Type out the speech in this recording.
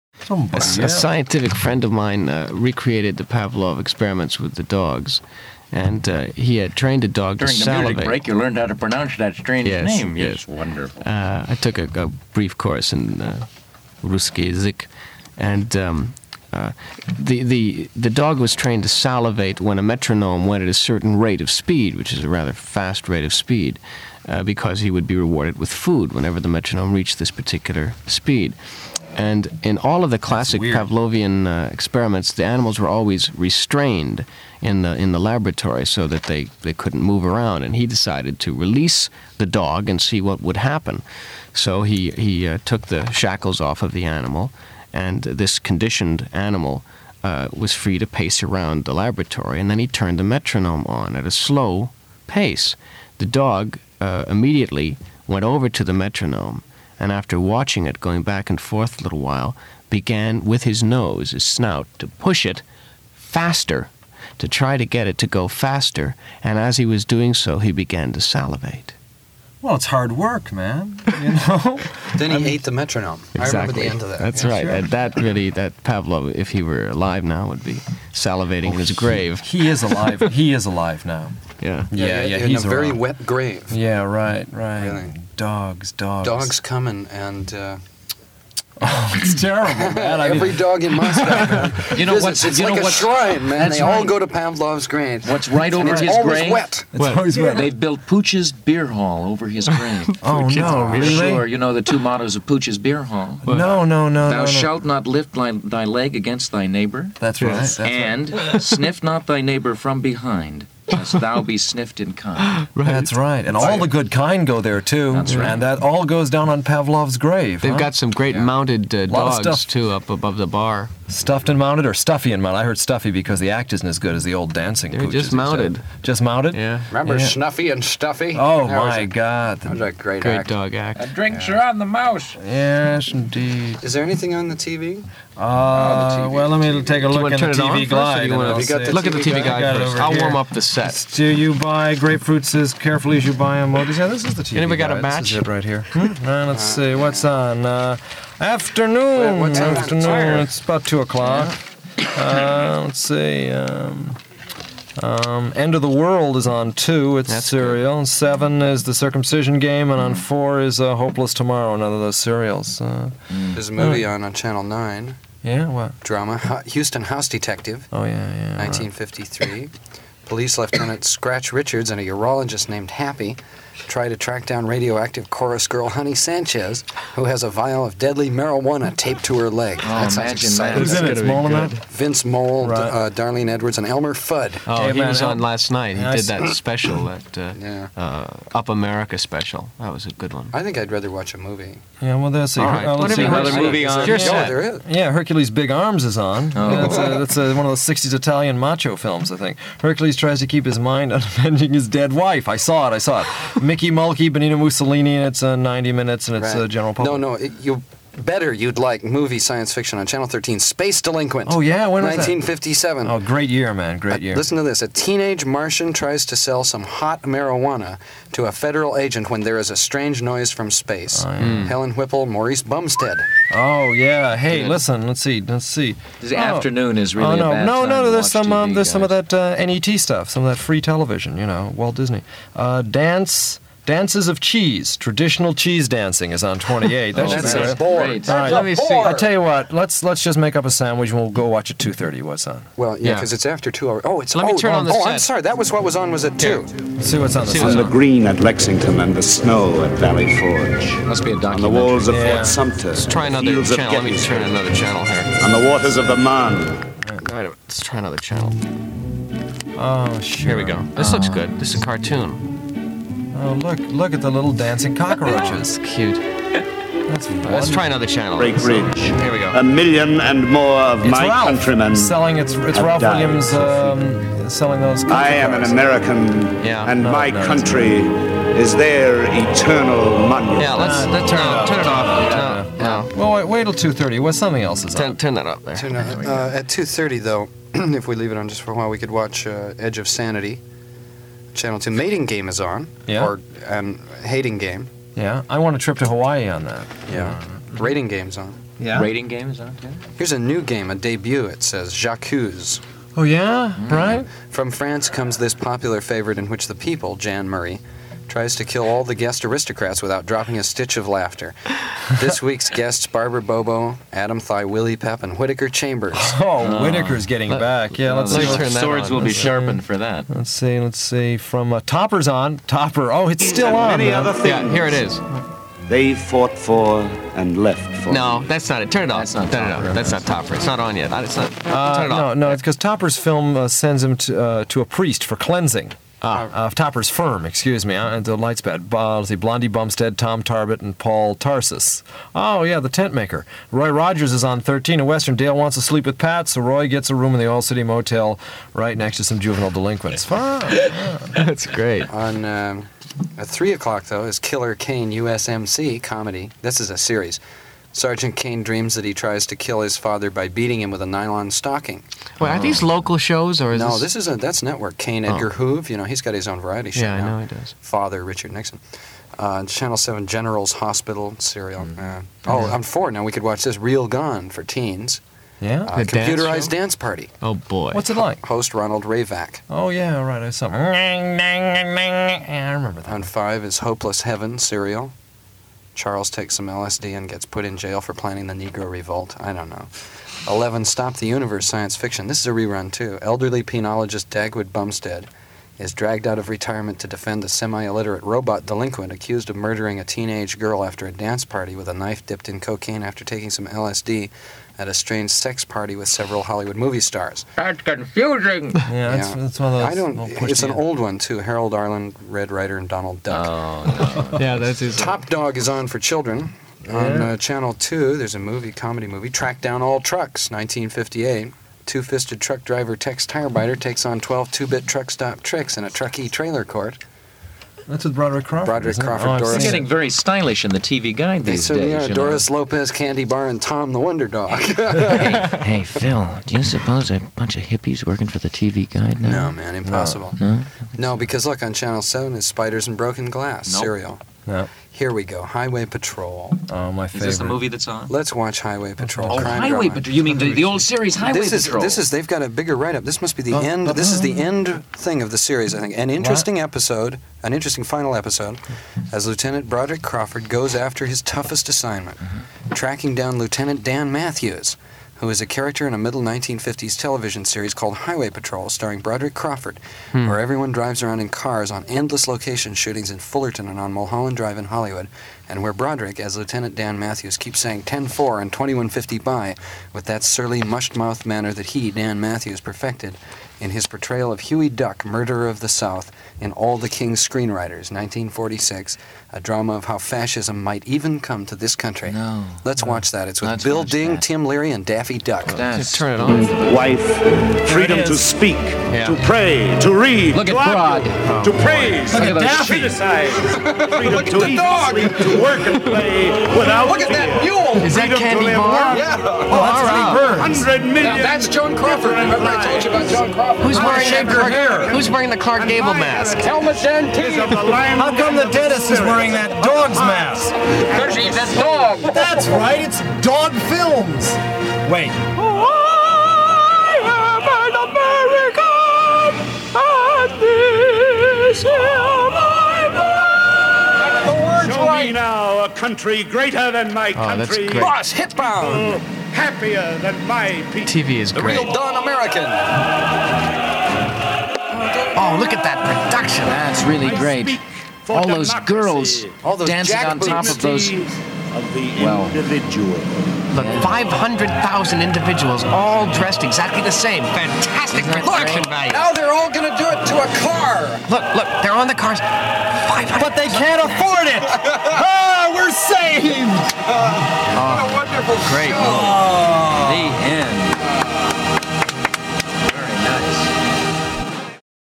A, somebody. s- a yeah. scientific friend of mine uh, recreated the Pavlov experiments with the dogs, and uh, he had trained a dog During to the salivate. music break, you learned how to pronounce that strange Yes, name. yes. It's wonderful. uh, I took a, a brief course in uh, Ruski Zik, and um, uh, the, the, the dog was trained to salivate when a metronome went at a certain rate of speed, which is a rather fast rate of speed, uh, because he would be rewarded with food whenever the metronome reached this particular speed. And in all of the classic weird. Pavlovian uh, experiments, the animals were always restrained in the in the laboratory so that they, they couldn't move around. And he decided to release the dog and see what would happen. So he he uh, took the shackles off of the animal, and this conditioned animal uh, was free to pace around the laboratory. And then he turned the metronome on at a slow pace. The dog uh, immediately went over to the metronome and after watching it going back and forth a little while, began with his nose, his snout, to push it faster, to try to get it to go faster, and as he was doing so, he began to salivate. Well, it's hard work, man. You know. Then he ate the metronome. I remember the end of that. That's yeah. right. And that really, that Pavlov, if he were alive now, would be salivating Oh, in his grave. he is alive. He is alive now. Yeah. Yeah, yeah, in he's a very around. wet grave. Yeah, right, right. Really? Dogs, dogs. Dogs coming, and uh, It's terrible, man. I mean, every dog in Moscow. You know visits. what's It's you like know a what's shrine, man. that's They all right. go to Pavlov's grave. what's right and over it's his always grave? wet. it's always wet. They built Pooch's Beer Hall over his grave. oh no, really? Sure, you know the two mottos of Pooch's Beer Hall. No, no, no, Thou no. no. shalt not lift thy, thy leg against thy neighbor, That's right. That's right. and sniff not thy neighbor from behind, lest thou be sniffed in kind. That's right. And all the good kind go there too. That's right. And that all goes down on Pavlov's grave. They've huh? got some great mounted uh, Lot of dogs, stuff. too, up above the bar. stuffed and mounted, or stuffy and mounted. I heard stuffy because the act isn't as good as the old dancing. They're pooches, just he said. mounted. Just mounted. Yeah. Remember Yeah. Snuffy and Stuffy? Oh That was my a- God. That was a great, Great act. dog act. drinks are on the mouse. Yes, indeed. Is there anything on the TV? Uh, TV, well, let me take a Do you look want at to the turn it on TV first, or do glide. you and want to I'll You got say- the look at the TV TV guide guide over first? I'll here. warm up the set. Do you buy grapefruits as carefully as you buy them? Well, yeah, this is the TV. Anybody got a guide. This is match? it right here. Hmm? Uh, let's see what's on. Uh, afternoon. Wait, what's on? afternoon. Sorry. It's about two o'clock. Uh, let's see. Um, um, End of the World is on two. It's That's Hmm. cereal. On Seven is the Circumcision Game, and on four is uh, Hopeless Tomorrow. Another of those cereals. Uh, There's a Hmm. movie on, on Channel 9, yeah. What? drama. Ho- Houston House Detective, Oh yeah, yeah. right. 1953. Police Lieutenant Scratch Richards and a urologist named Happy try to track down radioactive chorus girl Honey Sanchez, who has a vial of deadly marijuana taped to her leg. Oh, That sounds imagine exciting. that. Who's in it? That's gonna be Smolamat? Vince Mole, Right. uh, Darlene Edwards, and Elmer Fudd. Oh, Hey, he man, was how- on last night. He I did s- that special, that uh, Yeah. uh, Up America special. That was a good one. I think I'd rather watch a movie. Yeah. Well, that's it. All right. Uh, let's Whatever see. you want Another to movie see. Uh, on. You're yeah. set. there is. Yeah, Hercules' Big Arms is on. Oh. That's, uh that's uh one of those 60s Italian macho films, I think. Hercules tries to keep his mind on avenging his dead wife. I saw it, I saw it. Mickey Mulkey, Benito Mussolini, and it's uh, 90 minutes, and it's Right. uh, general public. No, no, it, you better you'd like movie science fiction on Channel 13, Space Delinquent. Oh, yeah? When was that? 1957. Oh, great year, man, Uh, great year. Listen to this. A teenage Martian tries to sell some hot marijuana to a federal agent when there is a strange noise from space. Hmm. Oh, yeah. Helen Whipple, Maurice Bumstead. Oh, yeah. Hey, listen, let's see, let's see. This Oh. afternoon is really oh no, a bad no, time no! to There's watch some, um, TV, there's some of guys. that uh, NET stuff, some of that free television. You know, Walt Disney. Uh, dance, dances of cheese, traditional cheese dancing is on 28. That Oh, should be That's man. good. a bore. Great. That's All right, a let me see. bore. I tell you what, let's let's just make up a sandwich and we'll go watch at two thirty. What's on? Well, yeah, Yeah. because it's after two hours. Oh, it's Let me oh, turn on the oh, set. I'm sorry. That was what was on. Was at two. Let's see what's on the See set. what's On the green at Lexington and the snow at Valley Forge. Must be a On the documentary. walls of Yeah. Fort Sumter. Let's try the another fields of channel. Let me Gettysburg, turn another channel here. On the waters of the Marne. All right, let's try another channel. Oh, sure. Here we go. This looks good. This is a cartoon. Oh, look, look at the little dancing cockroaches. It's cute. That's Let's wonderful. try another channel. Break Ridge. Here we A go. million and more of It's my Ralph countrymen. selling. It's it's have Ralph died Williams uh, for um, selling those. I country am an cars. American, Yeah. and No, my no, it's- country is their eternal monument. Yeah, let's let's Uh, turn it no, off. turn it off. Yeah. No, no. Well, wait, wait till two thirty. What's something else is on? Turn turn that up there. Turn on- uh, at two thirty though, if we leave it on just for a while, we could watch uh, Edge of Sanity. Channel two mating game is on. Yeah. Or and hating game. Yeah, I want a trip to Hawaii on that. Yeah. Rating game's on. Yeah. Rating game is on too. Here's a new game, a debut, it says J'accuse. Oh yeah, right. From France comes this popular favorite in which the people, Jan Murray, tries to kill all the guest aristocrats without dropping a stitch of laughter. This week's guests Barbara Bobo, Adam Thigh, Willie Pep, and Whitaker Chambers. Oh, Whitaker's getting back. Yeah, let's let- see. let's what- turn that Swords on. will be Let's- sharpened for that. Let's see. Let's see. From uh, Topper's on Topper. Oh, it's still and on. many man. other things uh, Yeah, here it is. they fought for and left for. No, that's not it. Turn it off. That's not no, no, no, Topper. that's not topper. It's not on yet. It's not. Uh, turn it no, off. no, it's because Topper's film uh, sends him to, uh, to a priest for cleansing. Ah. Uh, Topper's firm, excuse me, uh, and the lights bad. Uh, let's see, Blondie Bumstead, Tom Tarbett, and Paul Tarsus. Oh, yeah, the tent maker. Roy Rogers is on 13 in Western. Dale wants to sleep with Pat, so Roy gets a room in the All City Motel right next to some juvenile delinquents. Fine. That's great. On um, at 3 o'clock, though, is Killer Kane USMC comedy. This is a series. Sergeant Kane dreams that he tries to kill his father by beating him with a nylon stocking. Wait, are these local shows or is no, this? this isn't. That's network. Kane Oh. Edgar Hoove. You know, he's got his own variety show. Yeah, I now. know he does. Father Richard Nixon. Uh, Channel Seven Generals Hospital serial. Mm. Uh, oh, on four now we could watch this Real Gone for teens. Yeah? Uh, The dance computerized show? dance party. Oh boy. What's it like? Host Ronald Ravak. Oh, yeah, all right, I saw Yeah, I remember that. On five is Hopeless Heaven serial. Charles takes some LSD and gets put in jail for planning the Negro Revolt. I don't know. 11. Stop the Universe science fiction. This is a rerun, too. Elderly penologist Dagwood Bumstead is dragged out of retirement to defend a semi illiterate robot delinquent accused of murdering a teenage girl after a dance party with a knife dipped in cocaine after taking some LSD at a strange sex party with several Hollywood movie stars. That's confusing. Yeah, that's, Yeah. that's one of those. I don't. little It's an pushy- old one, too. Harold Arlen, Red Ryder, and Donald Duck. Yeah, that's his. Top Dog is on for children. On uh, Channel 2, there's a movie, comedy movie, Track Down All Trucks, 1958. Two fisted truck driver Tex Tirebiter takes on 12 two bit truck stop tricks in a truckee trailer court. That's with Broderick Crawford. Broderick isn't it? Crawford, Oh, I've Doris- seen It's it. getting very stylish in the TV guide They these certainly days. are. you know. Doris Lopez, Candy Bar, and Tom the Wonder Dog. Hey, Phil, do you suppose a bunch of hippies working for the TV guide now? no, man, impossible. No? No, because look, on Channel 7 is Spiders and Broken Glass, Nope. serial. No. Here we go, Highway Patrol. Oh, my Is favorite. this the movie that's on? Let's watch Highway Patrol. Oh, crime Highway drama. Patrol. You mean the, the old series Highway this is Patrol? this is they've got a bigger write-up. This must be the Uh, end. uh, this is the uh. end thing of the series, I think. An interesting episode, an interesting final episode, as Lieutenant Broderick Crawford goes after his toughest assignment, tracking down Lieutenant Dan Matthews, who is a character in a middle 1950s television series called Highway Patrol, starring Broderick Crawford, Hmm. where everyone drives around in cars on endless location shootings in Fullerton and on Mulholland Drive in Hollywood, and where Broderick, as Lieutenant Dan Matthews, keeps saying 10-4 and 2150 by with that surly, mushed-mouthed manner that he, Dan Matthews, perfected in his portrayal of Huey Duck, Murderer of the South, in All the King's Screenwriters, 1946, a drama of how fascism might even come to this country. No. Let's watch that. It's with Let's Bill watch Ding, that. Tim Leary, and Daffy Duck. That's- Turn it on. Wife, freedom it to is. speak, to pray, to read, Look to at argue, Brod. to praise, Look at to Daffy. criticize, freedom to eat, sleep, to work and play without Look at that mule! Is that Candy Bar? Yeah. That's Hundred million. That's Joan Crawford. Remember I told you about Joan Crawford? Who's wearing shaved the her Clark? hair. Who's wearing the Clark Gable mask? Helmet and teeth. How come the dentist is wearing that dog's mask? dog. That's right, it's Dog Films. Wait. Show me now a country greater than my Oh, that's country, great. Boss, hitbound. happier than my people. TV is great. Real Don American. Oh, look at that production. That's really I great. speak for All those democracy, girls All those dancing on jackboots. top of those. of the Well. individual. Look, 500,000 individuals all dressed exactly the same. Fantastic production value. Now they're all going to do it to a car. Look, look, they're on the cars. 500. But they can't afford it! ah, we're saved! What a wonderful Great show. movie.